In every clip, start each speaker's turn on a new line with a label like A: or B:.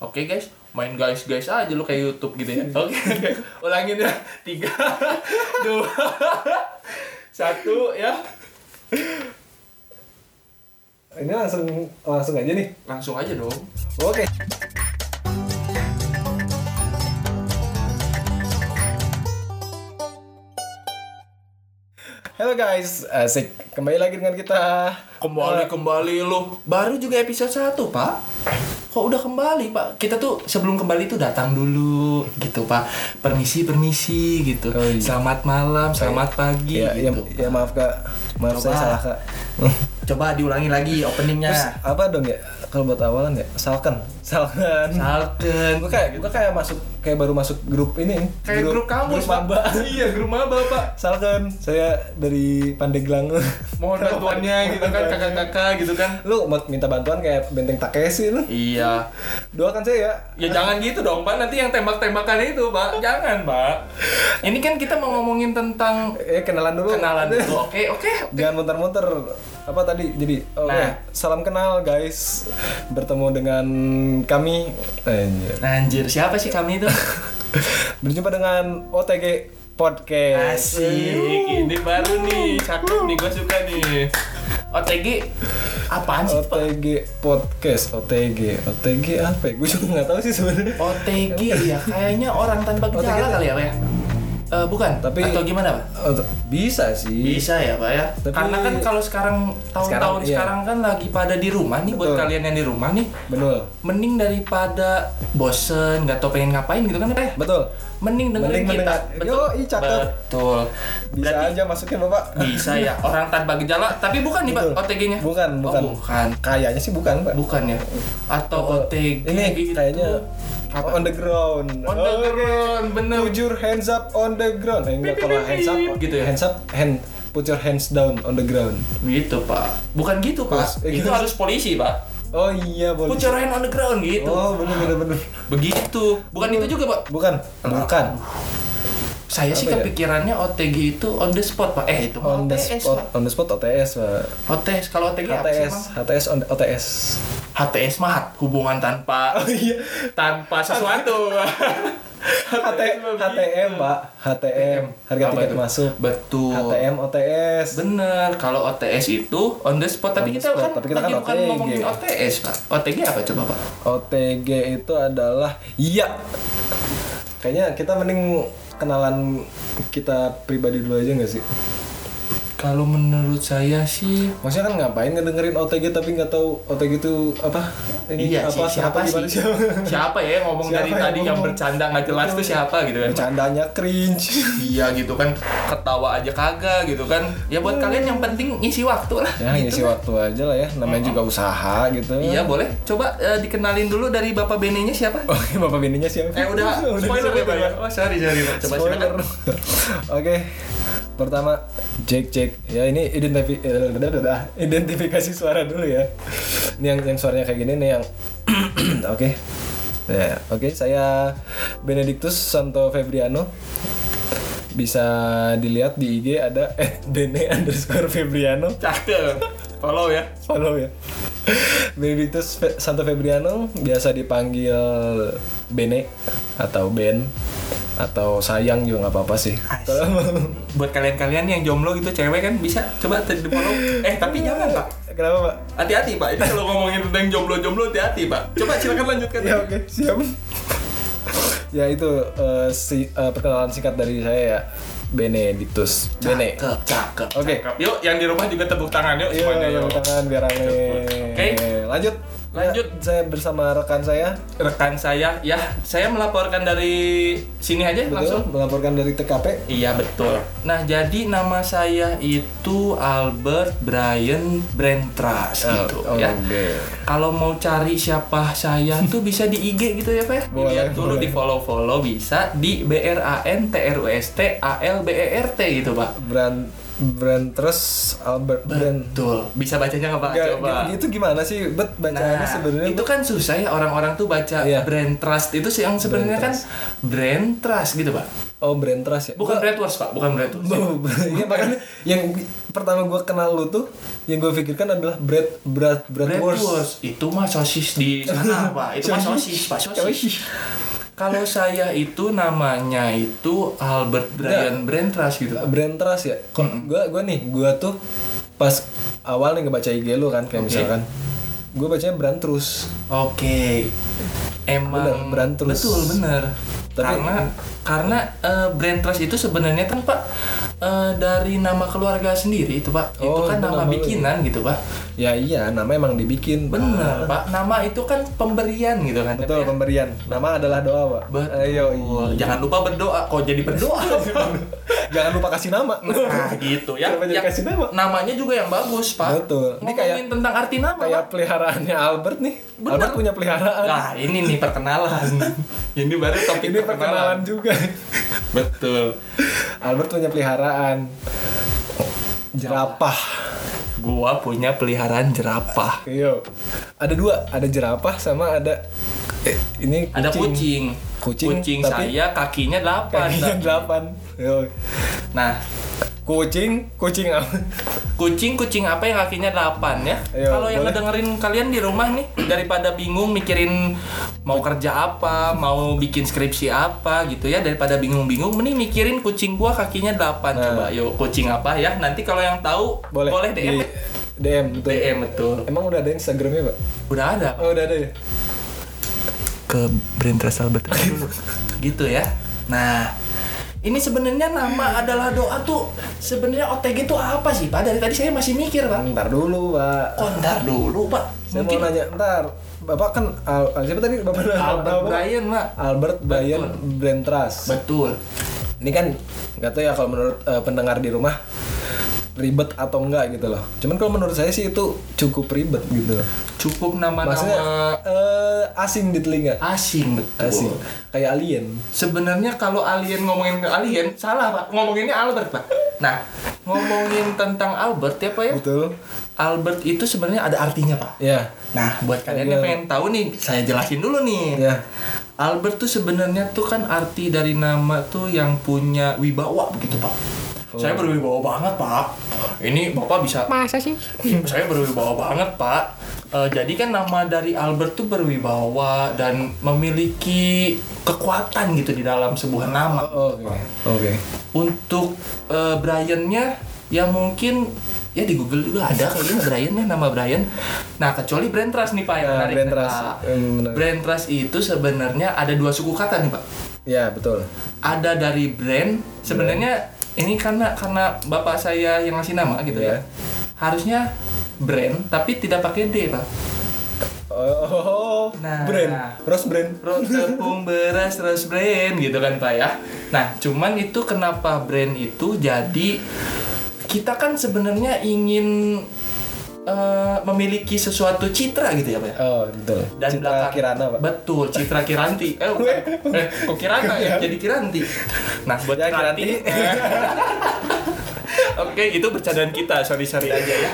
A: Oke guys, main guys guys aja lu kayak YouTube gitu ya. Oke, oke. ulangin ya. Tiga, dua, satu ya.
B: Ini langsung langsung aja nih.
A: Langsung aja dong.
B: Oke. Halo guys, asik kembali lagi dengan kita.
A: Kembali kembali lu. Baru juga episode satu pak. Kok udah kembali pak? Kita tuh sebelum kembali tuh datang dulu gitu pak. Permisi permisi gitu.
B: Oh, iya.
A: Selamat malam, selamat pagi.
B: Ya, ya,
A: gitu.
B: ya maaf kak, maaf saya
A: Coba.
B: salah kak.
A: Coba diulangi lagi openingnya.
B: Terus apa dong ya kalau buat awalan ya? Salkan, salkan.
A: Salten.
B: Gue kayak gue kayak masuk kayak baru masuk grup ini.
A: Kayak grup, kamu
B: grup maba.
A: Iya, grup maba, Pak.
B: Salkan, saya dari Pandeglang.
A: Mohon bantuannya gitu kan kakak-kakak gitu kan.
B: Lu mau minta bantuan kayak benteng Takeshi lu.
A: Iya.
B: Doakan saya ya.
A: Ya jangan gitu dong, Pak. Nanti yang tembak-tembakan itu, Pak. Jangan, Pak. Ini kan kita mau ngomongin tentang
B: Eh kenalan dulu.
A: kenalan dulu. Oke, oke.
B: Jangan muter-muter. Apa tadi? Jadi, oke.
A: Nah.
B: Salam kenal guys. Bertemu dengan kami. Anjir.
A: Anjir, siapa sih kami itu?
B: Berjumpa dengan OTG Podcast.
A: Asik. Ini baru nih, cakep nih, gue suka nih. OTG apaan sih, Pak?
B: OTG Podcast. OTG. OTG apa? Gue juga nggak tahu sih sebenarnya.
A: OTG ya, kayaknya orang tanpa gejala kali ya, Pak ya? Eh, bukan,
B: Tapi-
A: atau gimana, Pak?
B: Ot- Bisa sih.
A: Bisa ya Pak ya.
B: Tapi-
A: Karena kan kalau sekarang
B: Sekarang,
A: tahun-tahun sekarang,
B: iya.
A: kan lagi pada di rumah nih buat
B: Betul.
A: kalian yang di rumah nih.
B: Betul.
A: Mending daripada bosen nggak tau pengen ngapain gitu kan eh
B: Betul.
A: mending dengerin
B: Mending
A: kita.
B: mendengar. Yoi, cakep.
A: Betul.
B: Bisa
A: Berarti
B: aja masukin Bapak.
A: bisa ya orang tanpa gejala tapi bukan nih Pak
B: Betul.
A: OTG-nya.
B: Bukan,
A: Oh,
B: bukan.
A: bukan.
B: Kayaknya sih bukan, Pak.
A: Bukan ya. Atau OTG
B: Ini
A: gitu.
B: kayaknya on the ground.
A: on the
B: Oke.
A: ground bener.
B: Jujur hands up on the ground. Eh, enggak
A: Bip,
B: kalau
A: bip,
B: hands up
A: bip. Gitu ya?
B: Hands up hand put your hands down on the ground.
A: Gitu Pak. Bukan gitu Pak.
B: Terus, eh,
A: Itu
B: gitu.
A: harus polisi Pak.
B: Oh iya boleh.
A: Put your hand on the ground gitu.
B: Oh Iya. bener bener bener.
A: Begitu. Bukan itu juga Pak.
B: Bukan bukan
A: Saya sih
B: Apa ya?
A: kepikirannya OTG itu on the spot pak. Eh itu mah
B: on the
A: OTS, Pak.
B: spot
A: Iya,
B: on the spot OTS pak.
A: OTS kalau OTG apa sih
B: HTS
A: Bang?
B: HTS on OTS.
A: HTS mah hat- hubungan tanpa
B: iya.
A: tanpa sesuatu.
B: HT, HTM pak HTM harga
A: Apa
B: tiket
A: itu?
B: masuk.
A: Betul.
B: HTM OTS.
A: Bener, kalau OTS itu on the spot, tapi
B: On the
A: kita
B: spot,
A: kan
B: tapi kita
A: lagi
B: kan
A: bukan
B: OTG.
A: ngomongin OTS, Pak. OTG apa coba, Pak?
B: OTG itu adalah iya. Kayaknya kita mending kenalan kita pribadi dulu aja nggak sih?
A: Kalau menurut saya sih
B: Maksudnya kan ngapain ngedengerin OTG tapi nggak tahu OTG itu apa? Ini
A: Iya sih, siapa
B: gimana,
A: sih? Siapa ya yang ngomong
B: Siapa
A: dari
B: yang
A: tadi yang
B: ngomong?
A: bercanda nggak jelas tuh siapa gitu kan?
B: Bercandanya cringe.
A: Iya gitu kan ketawa aja kagak gitu kan. Ya buat kalian yang penting ngisi waktu lah.
B: Iya. Ya
A: gitu.
B: ngisi waktu aja lah ya, namanya juga usaha gitu.
A: Iya boleh. Coba eh, dikenalin dulu dari bapak benenya siapa?
B: Oke, Bapak bininya siapa?
A: Eh udah, spoiler ya Pak ya. Oh sorry sorry Pak. Coba
B: Coba
A: silakan.
B: Oke. Pertama, Jack Jack. Ya ini identifi- eh, identifikasi suara dulu ya. Ini yang yang suaranya kayak gini nih yang Oke. Ya, oke saya Benedictus Santo Febriano. Bisa dilihat di IG ada @dene underscore Febriano.
A: Cakep. Follow ya.
B: Follow ya. Benedictus Fe- Santo Febriano biasa dipanggil Bene atau Ben atau sayang juga nggak apa-apa sih. Kalau mau-
A: Buat kalian-kalian yang jomblo gitu cewek kan bisa coba tadi di follow. Eh tapi
B: Iya.
A: jangan Pak.
B: Kenapa pak?
A: Hati-hati Pak. Itu kalau ngomongin tentang jomblo-jomblo hati-hati Pak. Coba silakan lanjutkan.
B: Ya oke siap. ya itu eh, si eh, perkenalan singkat dari saya ya Benedictus Bene.
A: Cakep, cakep.
B: Oke.
A: cakep. Yuk, yang di rumah juga tepuk tangan yuk
B: Iya,
A: semuanya
B: tepuk
A: yuk.
B: tangan biar rame.
A: Oke.
B: lanjut.
A: Lanjut.
B: Ya, saya bersama rekan saya
A: Rekan saya, ya saya melaporkan dari sini aja langsung.
B: betul melaporkan dari TKP.
A: Iya betul. Nah jadi nama saya itu Albert Brian Brentras gitu
B: Oh,
A: ya.
B: oke.
A: Kalau mau cari siapa saya tuh bisa di IG gitu ya Pak. ya?
B: Boleh,
A: Dilihat dulu
B: boleh.
A: di follow follow bisa di B R A N T R U S T A L B E R T gitu Pak.
B: Bran Brand terus Albert Brand.
A: Betul. Bisa bacanya nggak pak?
B: Gak-
A: Coba.
B: gak- itu gimana sih? Bet bacaannya sebenarnya
A: itu kan susah ya orang-orang tuh baca
B: Iya.
A: brand trust itu sih yang sebenarnya kan brand trust gitu pak.
B: oh brand trust ya.
A: Bukan brand trust pak, bukan brand trust.
B: Iya makanya yang pertama gua kenal lu tuh yang gue pikirkan adalah bread bread bread,
A: Brand
B: wars.
A: wars. itu mah sosis di sana pak. Itu mah sosis pak sosis. Kalau saya itu namanya itu Albert Brian Brand Trust gitu. Pak.
B: brand trust ya. Kok gua gua nih, gua tuh pas awal nih ngebaca IG lu kan kayak misalkan gue bacanya brand terus.
A: Oke. Emang
B: Bener, brand trust.
A: Betul, bener.
B: Tapi-
A: karena karena eh, brand trust itu sebenarnya kan Pak eh, dari nama keluarga sendiri itu Pak. itu
B: Oh,
A: kan
B: itu
A: nama
B: nama lu.
A: bikinan gitu Pak.
B: Ya iya, nama emang dibikin. Pak.
A: Bener Pak. Nama itu kan pemberian gitu kan.
B: Ah. Betul pemberian. Nama adalah doa, Pak.
A: Betul.
B: Ayo. iya.
A: Jangan lupa berdoa. Kok jadi berdoa?
B: Jangan lupa kasih nama.
A: nah, gitu ya.
B: Coba
A: Ya,
B: dikasih nama.
A: namanya juga yang bagus, Pak.
B: Betul. Ini
A: Ini
B: kayak-
A: kayak tentang arti nama. Pak.
B: Kayak peliharaannya Albert nih.
A: Bener.
B: Albert punya peliharaan.
A: Nah, ini nih perkenalan. ini baru topik
B: Ini perkenalan juga.
A: Betul.
B: Albert punya peliharaan. Jerapah.
A: Gua punya peliharaan jerapah.
B: Yo. Ada dua, ada jerapah sama ada eh, ini kucing.
A: Ada kucing.
B: Kucing, tapi-
A: saya kakinya delapan.
B: Kakinya delapan. Yo.
A: Nah,
B: Kucing, kucing apa?
A: kucing kucing apa yang kakinya delapan ya?
B: Ayo,
A: Kalau yang
B: Iya, boleh.
A: ngedengerin kalian di rumah nih daripada bingung mikirin mau kerja apa, mau bikin skripsi apa gitu ya daripada bingung-bingung mending mikirin kucing gua kakinya delapan coba. Yuk, kucing apa ya? Nanti kalau yang tahu
B: Nah. Boleh. Gitu.
A: DM.
B: Di- DM betul.
A: DM betul.
B: Emang udah ada Instagramnya, Pak?
A: Udah ada. Pak.
B: Oh, udah ada ya?
A: ke brand Trust Albert dulu. gitu ya nah ini sebenarnya nama adalah doa tuh sebenarnya OTG itu apa sih pak dari tadi saya masih mikir pak
B: Ntar dulu, Pak.
A: kontar dulu pak
B: Saya mau nanya, ntar Bapak kan Al- Al- siapa tadi Bapak nama-
A: Albert
B: apa?
A: Brian pak
B: Albert Brian Brand Trust.
A: betul
B: Ini kan nggak tahu ya kalau menurut eh, pendengar di rumah ribet atau enggak gitu loh. Cuman kalau menurut saya sih itu cukup ribet gitu loh.
A: cukup nama-nama
B: Maksudnya eh, asing di telinga.
A: asing betul
B: Asing. Kayak alien.
A: Sebenarnya kalau alien ngomongin ke alien salah pak, ngomonginnya Albert pak. Nah ngomongin tentang Albert ya pak ya,
B: Betul.
A: Albert itu sebenarnya ada artinya pak.
B: Ya.
A: Nah, buat kalian yang pengen tahu nih, saya jelasin dulu nih.
B: Ya.
A: Albert tuh sebenarnya tuh kan arti dari nama tuh yang punya wibawa begitu, Pak.
B: Oh.
A: Saya berwibawa banget, Pak. Ini Bapak bisa
C: Masa sih?
A: Hmm, saya berwibawa banget, Pak. Eh, jadi kan nama dari Albert tuh berwibawa dan memiliki kekuatan gitu di dalam sebuah nama.
B: Oh, Oke. Oke.
A: Untuk eh, Brian-nya ya mungkin ya di Google juga ada kayaknya Brian ya nama Brian. Nah, kecuali Brand Trust nih Pak yang
B: Nah,
A: menarik.
B: Brand
A: nih,
B: Trust.
A: Pak.
B: Hmm, benar.
A: Brand Trust itu sebenarnya ada dua suku kata nih Pak.
B: Ya, betul.
A: Ada dari brand sebenarnya ini karena karena bapak saya yang ngasih nama gitu ya.
B: Iya.
A: Harusnya brand tapi tidak pakai D Pak.
B: Oh,
A: Nah.
B: brand, Rose brand.
A: Roti tepung beras terus brand gitu kan Pak ya. Nah, cuman itu kenapa brand itu jadi kita kan sebenarnya ingin eh, memiliki sesuatu citra gitu ya Pak. ya?
B: Oh, betul.
A: Dan
B: Citra
A: belakang-
B: Kirana, Pak.
A: Betul, Citra Kiranti. Eh, bukan. eh kok Kirana ya? Jadi Kiranti. Nah, buat
B: Ya,
A: Kiranti.
B: Iya. Kiranti.
A: eh. Oke, itu bercandaan kita. Sorry-sorry aja ya.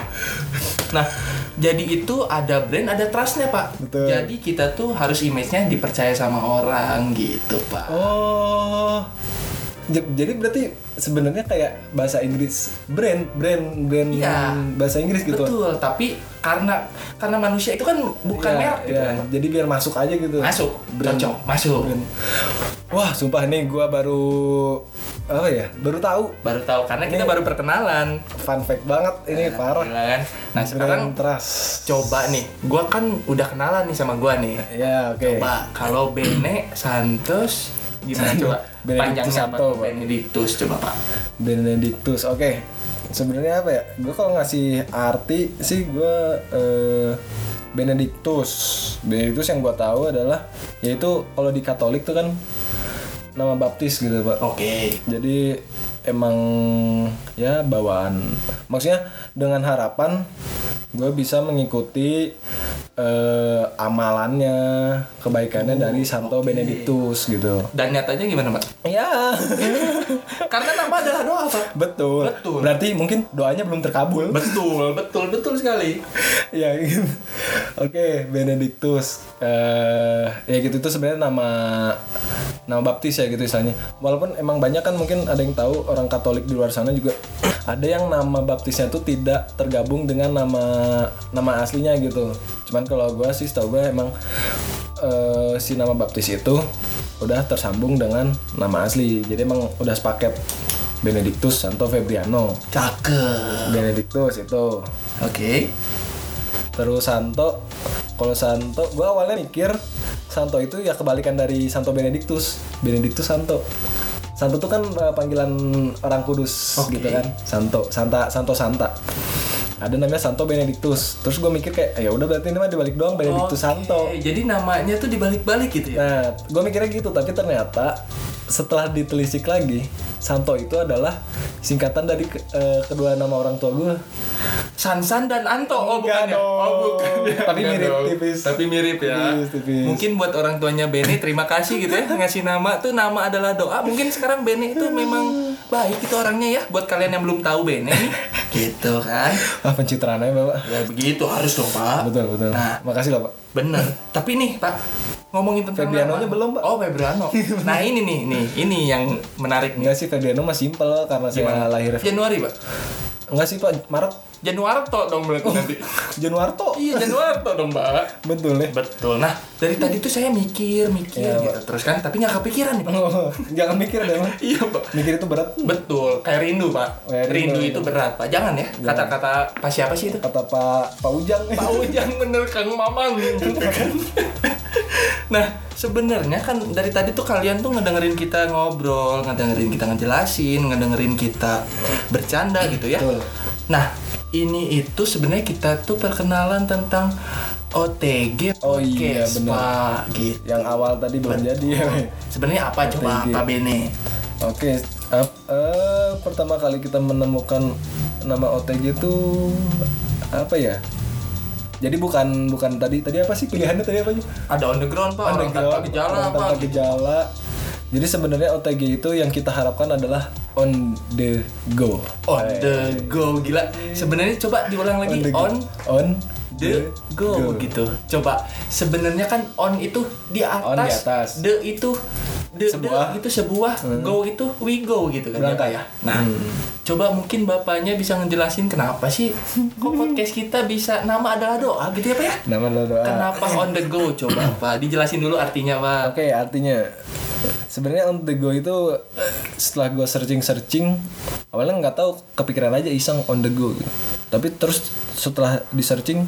A: Nah, jadi itu ada brand, ada trustnya Pak.
B: Betul.
A: Jadi kita tuh harus image-nya dipercaya sama orang gitu Pak.
B: Oh. J- Jadi berarti sebenarnya kayak bahasa Inggris brand brand brand
A: Iya.
B: bahasa Inggris gitu.
A: Betul, tapi karena karena manusia itu kan bukan
B: Iya,
A: merek gitu
B: iya.
A: kan.
B: Jadi biar masuk aja gitu.
A: Masuk, cocok, masuk.
B: Brand. Wah, sumpah nih gua baru apa ya? Baru tahu
A: Baru tahu karena kita baru perkenalan.
B: fun fact banget ini Iya. parah.
A: Gila kan? Nah, sekarang
B: Brand trust.
A: coba nih gua kan udah kenalan nih sama gua nih
B: Ya, oke.
A: coba kalau Bene Santos gimana coba
B: Benedictus
A: panjangnya apa
B: Santo,
A: tuh?
B: Pak.
A: Benedictus coba pak
B: Benedictus. Oke. Sebenarnya apa ya? Gue kalau ngasih arti sih gue eh, Benedictus. Benedictus yang gue tahu adalah yaitu kalau di Katolik tuh kan nama baptis gitu pak.
A: oke
B: Jadi emang ya bawaan. Maksudnya dengan harapan gue bisa mengikuti eh, amalannya, kebaikannya dari Santo Benedictus gitu.
A: Dan nyatanya gimana, Pak?
B: Ya,
A: Karena nama adalah doa, Pak.
B: betul.
A: Betul.
B: Berarti mungkin doanya belum terkabul.
A: Betul, betul, betul sekali.
B: ya gitu. Oke, Benedictus. eh ya gitu itu sebenarnya nama nama baptis ya gitu istilahnya. Walaupun emang banyak kan mungkin ada yang tahu orang Katolik di luar sana juga ada yang nama baptisnya tuh tidak tergabung dengan nama nama aslinya gitu. Cuman kalau gua sih tahu gue emang eh, si nama baptis itu udah tersambung dengan nama asli. Jadi emang udah sepaket Benedictus Santo Febriano.
A: Cakep.
B: Benedictus itu
A: Oke.
B: Terus Santo, kalau Santo, gue awalnya mikir Santo itu ya kebalikan dari Santo Benedictus, Benedictus Santo. Santo tuh kan eh, panggilan orang kudus
A: Oke.
B: gitu kan, Santo, Santa, Santo Santa. Ada namanya Santo Benedictus. Terus gue mikir kayak, ya udah berarti ini mah dibalik doang Benedictus Santo.
A: Oke, Eh, Jadi namanya tuh dibalik-balik gitu ya.
B: Nah, gue mikirnya gitu, tapi ternyata setelah ditelisik lagi, Santo itu adalah singkatan dari ke- eh, kedua nama orang tua gue.
A: Sansan dan Anto. Oh, bukan ya?
B: Enggak dong.
A: Oh, bukan. ya.
B: Tapi
A: Enggak
B: mirip
A: dong.
B: tipis.
A: Tapi mirip ya.
B: Tipis, tipis.
A: Mungkin buat orang tuanya Benny terima kasih gitu ya ngasih nama tuh nama adalah doa. Mungkin sekarang Benny itu memang baik itu orangnya ya buat kalian yang belum tahu Benny. gitu kan.
B: Ah, pencitraannya bapak.
A: Ya begitu harus dong, Pak.
B: Betul betul.
A: Nah.
B: Makasih loh pak.
A: Bener. Tapi nih Pak, ngomongin tentang
B: Febrianonya
A: nama.
B: belum, Pak.
A: Oh, Febriano. nah, ini nih, nih, ini yang menarik nih.
B: Enggak sih Febriano mah simple karena saya lahir.
A: Januari, Pak.
B: Enggak sih Pak Maret
A: Januarto dong
B: Oh.
A: berarti nanti.
B: Januarto.
A: iya, Januarto dong, Pak.
B: Betul ya.
A: Betul. Nah, dari tadi tuh saya mikir, mikir
B: Iya, Oh.
A: gitu. Terus kan, tapi nggak kepikiran nih, Pak.
B: Jangan mikir deh Pak.
A: iya, Pak.
B: Mikir itu berat.
A: Betul, kayak rindu, Pak.
B: Kayak
A: rindu,
B: rindu,
A: itu berat, Pak. Jangan ya. Kata-kata Pak siapa sih itu?
B: Kata Pak Pak Ujang.
A: Pak Ujang bener Kang Maman gitu kan. nah, sebenarnya kan dari tadi tuh kalian tuh ngedengerin kita ngobrol, ngedengerin kita ngejelasin, ngedengerin kita bercanda gitu ya.
B: Betul.
A: Nah, ini itu sebenarnya kita tuh perkenalan tentang OTG
B: Oh iya,
A: podcast,
B: benar.
A: Pak, gitu.
B: Yang awal tadi belum jadi ya. Pak.
A: Sebenarnya apa coba
B: OTG.
A: Pak Bene?
B: Oke. ap- eh, pertama kali kita menemukan nama OTG itu apa ya? Jadi bukan bukan tadi tadi apa sih pilihannya tadi apa sih?
A: Ada on the ground Pak, orang tanpa
B: Underground,
A: Oh, gejala
B: orang
A: Pak.
B: tanpa gejala. Jadi sebenarnya OTG itu yang kita harapkan adalah on the go.
A: On the go gila. Sebenarnya coba diulang lagi
B: the go.
A: on
B: on
A: the go, gitu. Coba sebenarnya kan on itu di atas,
B: On di atas.
A: the itu the,
B: Sebuah. Hmm.
A: the itu sebuah, go itu we go gitu kan
B: Berangkat. Hmm.
A: ya. Pak, ya? Nah, coba mungkin bapaknya bisa ngejelasin kenapa sih kok podcast kita bisa nama adalah doa gitu ya Pak ya?
B: Nama lo ah. doa.
A: Kenapa on the go coba Pak? Dijelasin dulu artinya Pak.
B: Oke, artinya sebenarnya on the go itu setelah gue searching searching awalnya nggak tahu kepikiran aja iseng on the go gitu. Tapi terus setelah di searching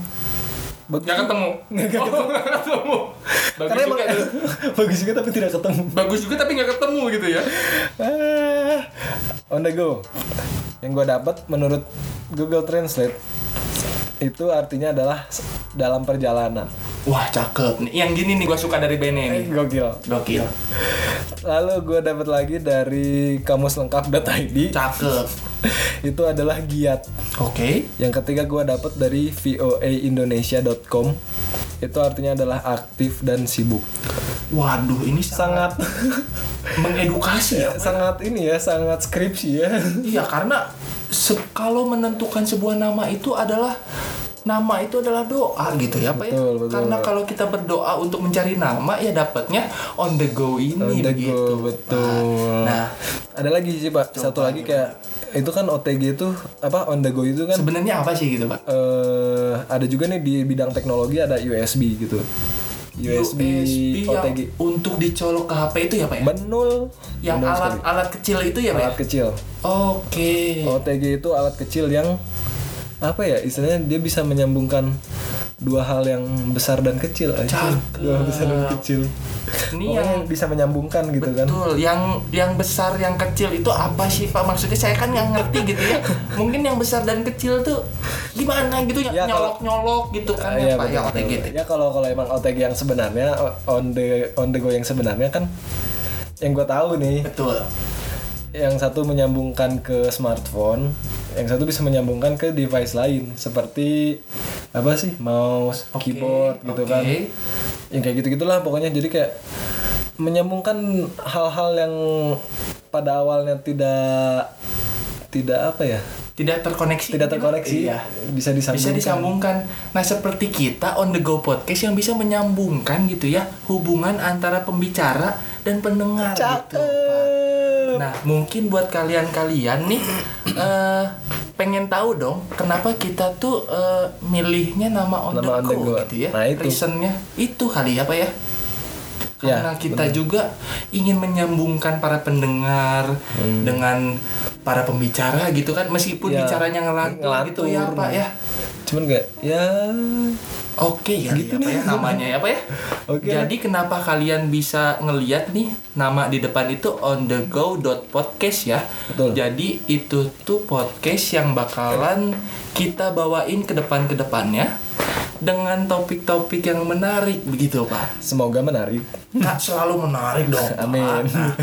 A: Nggak ketemu. Oh, nggak ketemu. Bagus
B: karena emang
A: juga. tuh.
B: bagus juga tapi tidak ketemu.
A: Bagus juga tapi nggak ketemu gitu ya.
B: Ah, on the go. Yang gue dapat menurut Google Translate itu artinya adalah s- dalam perjalanan. Eh,
A: Wah, cakep. Nih, Yang gini nih gua suka dari Bene nih.
B: Gokil.
A: Gokil.
B: Lalu gue dapat lagi dari kamuslengkap.id
A: Cakep.
B: itu adalah giat.
A: Oke.
B: Yang ketiga gue dapat dari voaindonesia.com itu artinya adalah aktif dan sibuk.
A: Waduh, ini sangat
B: Sangat
A: mengedukasi ya.
B: sangat ini ya, sangat skripsi ya.
A: Iya, karena se- kalau menentukan sebuah nama itu adalah nama itu adalah doa gitu ya, Pak ya.
B: Betul, betul.
A: Karena kalau kita berdoa untuk mencari nama ya dapatnya on the go ini
B: On the
A: begitu.
B: go, betul.
A: Nah,
B: Ada lagi sih pak, satu lagi kayak itu kan OTG itu apa on the go itu kan
A: sebenarnya apa sih gitu, Pak?
B: eh ada juga nih di bidang teknologi ada USB gitu. USB,
A: yang
B: OTG.
A: untuk dicolok ke HP itu ya, Pak ya?
B: Benul.
A: yang
B: Benul sekali.
A: alat-alat kecil itu ya, Iya. Pak? ya?
B: alat Oh, kecil.
A: Oke.
B: OTG itu alat kecil yang apa ya istilahnya dia bisa menyambungkan dua hal yang besar dan kecil aja.
A: Cakep.
B: Dua hal besar dan kecil.
A: Ini
B: Pokoknya
A: yang
B: bisa menyambungkan gitu kan.
A: Betul, yang yang besar, yang kecil itu apa sih Pak? Maksudnya saya kan nggak ngerti gitu ya. Mungkin yang besar dan kecil tuh gimana gitu ya,
B: Ya, kalau-
A: nyolok-nyolok gitu kan
B: Ah, iya,
A: ya, Pak ya
B: betul,
A: OTG.
B: betul. Ya, kalau kalau emang OTG yang sebenarnya o- on the on the go yang sebenarnya kan yang gue tahu nih
A: Betul.
B: yang satu menyambungkan ke smartphone, yang satu bisa menyambungkan ke device lain seperti apa sih mouse
A: Oke,
B: keyboard gitu
A: oke.
B: kan yang kayak gitu gitulah pokoknya jadi kayak menyambungkan hal-hal yang pada awalnya tidak tidak apa ya
A: Tidak terkoneksi.
B: tidak terkoneksi
A: Iya.
B: bisa disambungkan
A: Bisa disambungkan. Nah, seperti kita on the go podcast yang bisa menyambungkan gitu ya hubungan antara pembicara dan pendengar gitu. Pak.
B: Cakep.
A: Nah, mungkin buat kalian-kalian nih eh, pengen tahu dong kenapa kita tuh eh, milihnya nama on, the,
B: Nama on
A: go
B: the go.
A: gitu ya.
B: Nah, itu.
A: Reasonnya itu kali ya, Pak ya.
B: Ya,
A: Karena kita juga ingin menyambungkan para pendengar dengan para pembicara gitu kan meskipun
B: Hmm. Ya,
A: bicaranya ngelantur, gitu ya,
B: ngelantur. nah.
A: Pak ya.
B: cuman gak ya
A: Oke ya,
B: Gitu
A: ya, Pak,
B: nih.
A: ya namanya ya Pak ya.
B: Oke.
A: Jadi kenapa kalian bisa ngeliat nih nama di depan itu on the go podcast ya.
B: Betul.
A: Jadi itu tuh podcast yang bakalan kita bawain ke depan ke depannya dengan topik-topik yang menarik begitu Pak.
B: semoga menarik
A: Kak selalu menarik dong. Pak.
B: Amin.
A: Nah,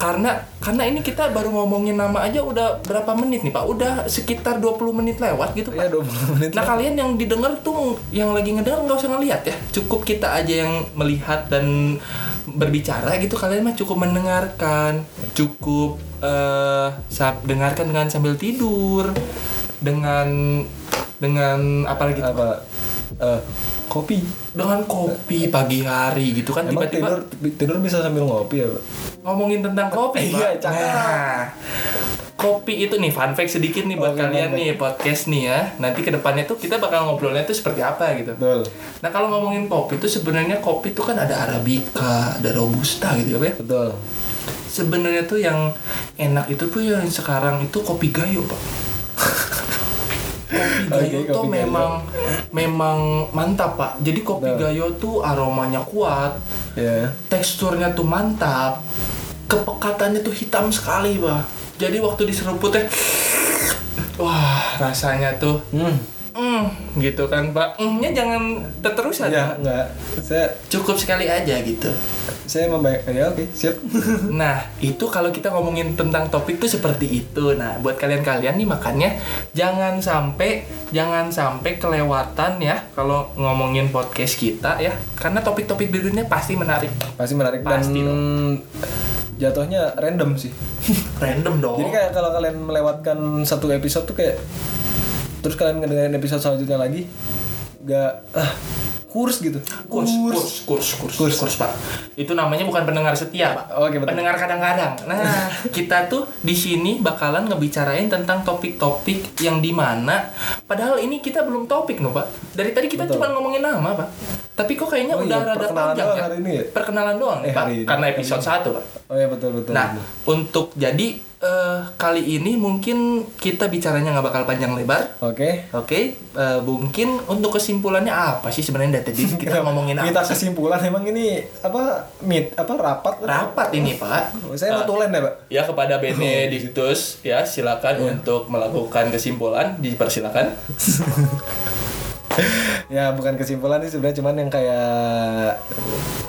A: karena karena ini kita baru ngomongin nama aja udah berapa menit nih Pak? Udah sekitar 20 menit lewat gitu Pak.
B: ya 20 menit
A: Nah kalian yang didengar tuh yang lagi ngedengar nggak usah ngelihat ya, cukup kita aja yang melihat dan berbicara gitu kalian mah cukup mendengarkan, cukup eh sa- dengarkan dengan sambil tidur, dengan dengan apa lagi?
B: apa eh, kopi
A: Dengan kopi pagi hari gitu kan
B: emang
A: tiba-tiba
B: tidur tidur bisa sambil ngopi ya Pak?
A: ngomongin tentang kopi.
B: Iya,
A: Pak.
B: cakep.
A: Nah, Kopi itu nih fun fact sedikit nih buat
B: Oke, fun
A: kalian
B: fact.
A: nih podcast nih ya. Nanti kedepannya tuh kita bakal ngobrolnya tuh seperti apa gitu.
B: betul
A: Nah kalau ngomongin kopi itu sebenarnya kopi itu kan ada arabica, ada robusta gitu ya. Pak.
B: betul
A: Sebenarnya tuh yang enak itu tuh yang sekarang itu kopi gayo, Pak. kopi
B: Oke,
A: gayo tuh
B: kopi gayo.
A: memang memang mantap, Pak. Jadi kopi
B: Betul.
A: gayo tuh aromanya kuat, Iya.
B: ya
A: teksturnya tuh mantap, kepekatannya tuh hitam sekali, Pak. Jadi waktu diseruputnya wah, rasanya tuh
B: hmm
A: mm, gitu kan, Pak. Mm-nya jangan terusan.
B: ya enggak saya
A: cukup sekali aja gitu.
B: saya membayar ya oke siap
A: Nah, itu kalau kita ngomongin tentang topik tuh seperti itu. Nah, buat kalian-kalian nih makanya jangan sampai jangan sampai kelewatan ya kalau ngomongin podcast kita ya. Karena topik-topik berikutnya pasti menarik.
B: pasti menarik
A: Pasti
B: dan jatuhnya random sih
A: Random dong.
B: jadi kan kayak kalau kalian melewatkan satu episode tuh kayak terus kalian ngedengerin episode selanjutnya lagi gak ah kurs gitu
A: Kurs, kurs, kurs, kurs, kurs, Pak. Itu namanya bukan pendengar setia, Pak.
B: Oh, Oke, betul.
A: Pendengar kadang-kadang. Nah, kita tuh di sini bakalan ngebicarain tentang topik-topik yang di mana padahal ini kita belum topik no, Pak. Dari tadi kita
B: Betul.
A: cuma ngomongin nama, Pak. Tapi kok kayaknya
B: Oh iya,
A: udah rada
B: perkenalan
A: panjang
B: doang
A: ya?
B: hari ini ya?
A: Perkenalan doang,
B: Eh,
A: Pak.
B: hari ini.
A: Karena episode 1, Pak.
B: oh ya betul betul
A: Nah,
B: betul.
A: untuk jadi eh, kali ini mungkin kita bicaranya nggak bakal panjang lebar.
B: oke
A: Oke, eh, mungkin untuk kesimpulannya apa sih sebenarnya dari tadi kita ngomongin apa?
B: kita kesimpulan emang ini apa meet apa rapat
A: rapat ini pak
B: saya mau tulen ya pak
A: ya kepada Benedictus ya silakan untuk melakukan kesimpulan dipersilakan
B: ya bukan kesimpulan sih sebenarnya cuman yang kayak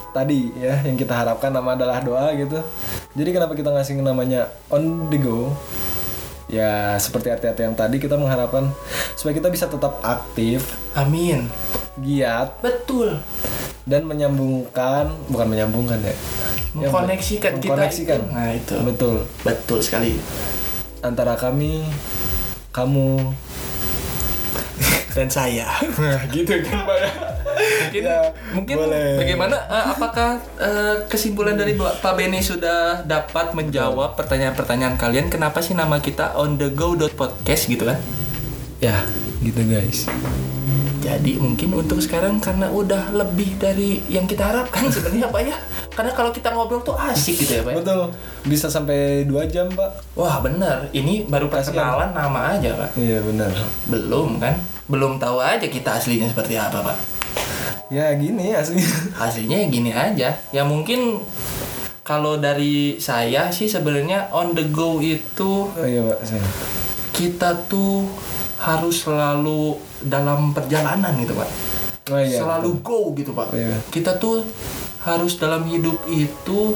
B: tadi ya yang kita harapkan nama adalah doa gitu jadi kenapa kita ngasih namanya on the go ya seperti arti-arti yang tadi kita mengharapkan supaya kita bisa tetap aktif
A: amin
B: giat
A: betul
B: dan menyambungkan bukan menyambungkan ya Ya,
A: mengkoneksikan kita
B: mengkoneksikan.
A: itu. nah itu
B: betul
A: betul sekali
B: antara kami kamu Nah,
A: dan saya gitu kan Pak. mungkin
B: Ya,
A: mungkin
B: boleh.
A: bagaimana eh, apakah eh, kesimpulan dari Pak Pak Beni sudah dapat menjawab pertanyaan-pertanyaan kalian kenapa sih nama kita on the go podcast gitu kan
B: ya gitu guys
A: Jadi mungkin untuk sekarang karena udah lebih dari yang kita harapkan sebenarnya Pak ya. Karena kalau kita ngobrol tuh asik gitu ya Pak. ya.
B: betul bisa sampai dua jam pak
A: Wah bener, ini baru perkenalan nama aja Pak.
B: iya benar
A: Belum kan? Belum tahu aja kita aslinya seperti apa Pak.
B: ya gini aslinya
A: Aslinya ya gini aja. Ya mungkin kalau dari saya sih sebenarnya on the go itu
B: Oh iya pak, saya.
A: kita tuh harus selalu dalam perjalanan gitu Pak.
B: Oh iya.
A: selalu go gitu pak
B: Iya.
A: kita tuh harus dalam hidup itu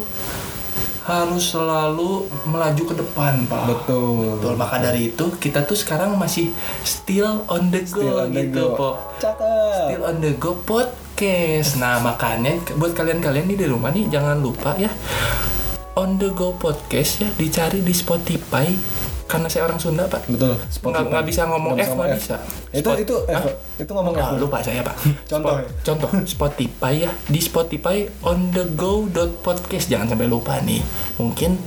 A: harus selalu melaju ke depan, Pak.
B: Betul.
A: Betul. Maka dari itu kita tuh sekarang masih still on the go
B: Still on the
A: gitu,
B: go.
A: Pok.
B: Cakep.
A: Still on the go podcast. Nah, makanya ke- buat kalian-kalian nih di rumah nih jangan lupa ya on the go podcast ya dicari di Spotify karena saya orang Sunda, Pak.
B: Betul.
A: Nggak, nggak bisa ngomong F,
B: Nggak
A: nggak
B: ngomong
A: bisa.
B: Itu
A: Spot-
B: itu F.
A: Hah?
B: Itu ngomong F.
A: Ah, lupa saya pak.
B: Contoh. ya?
A: Spot- contoh Spotify ya di Spotify on the go podcast jangan sampai lupa nih. Mungkin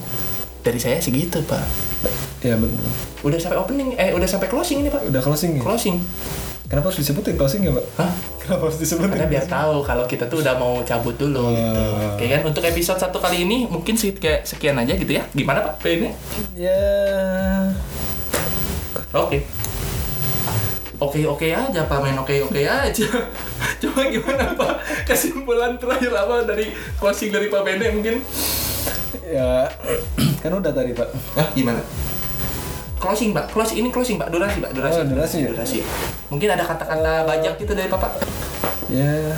A: dari saya segitu pak.
B: Iya betul.
A: Udah sampai opening eh udah sampai closing ini pak.
B: Udah closing ya?
A: Closing.
B: Kenapa harus disebutin closing ya, Pak?
A: Hah?
B: Kenapa harus disebutin?
A: Karena biar tahu kalau kita tuh udah mau cabut dulu gitu.
B: Hmm.
A: Oke kan untuk episode satu kali ini mungkin sek- kayak sekian aja gitu ya. Gimana pak? Ini?
B: Ya.
A: Oke. Oke oke aja Pak Men, oke oke aja. Cuma gimana Pak? Kesimpulan terakhir apa dari closing dari Pak Bene mungkin?
B: Ya. kan udah tadi, Pak.
A: Hah, gimana? Closing Pak, close ini closing Pak, durasi Pak, durasi.
B: Oh, durasi ya? Eh.
A: Durasi. Mungkin ada kata-kata banyak gitu dari Bapak.
B: Ya.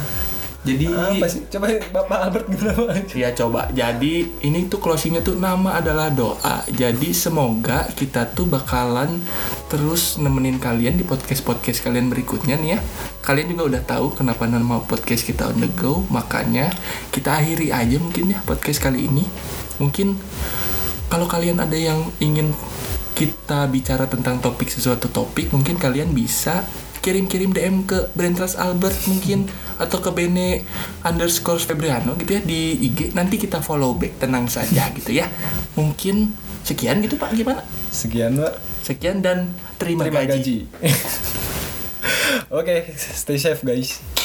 A: Jadi
B: Ah, Apa sih? Coba Bapak Albert gimana, Pak?
A: Ya coba. Jadi ini tuh closingnya tuh nama adalah doa. Jadi semoga kita tuh bakalan terus nemenin kalian di podcast podcast kalian berikutnya nih ya. Kalian juga udah tahu kenapa nama podcast kita on the go. Makanya kita akhiri aja mungkin ya podcast kali ini. Mungkin kalau kalian ada yang ingin kita bicara tentang topik sesuatu topik, mungkin kalian bisa kirim-kirim DM ke Brentras Albert mungkin atau ke Bene underscore Febriano gitu ya di IG nanti kita follow back tenang saja gitu ya mungkin sekian gitu Pak gimana
B: Sekian, Pak.
A: sekian dan terima,
B: Terima
A: gaji.
B: gaji. Oke, stay safe, guys.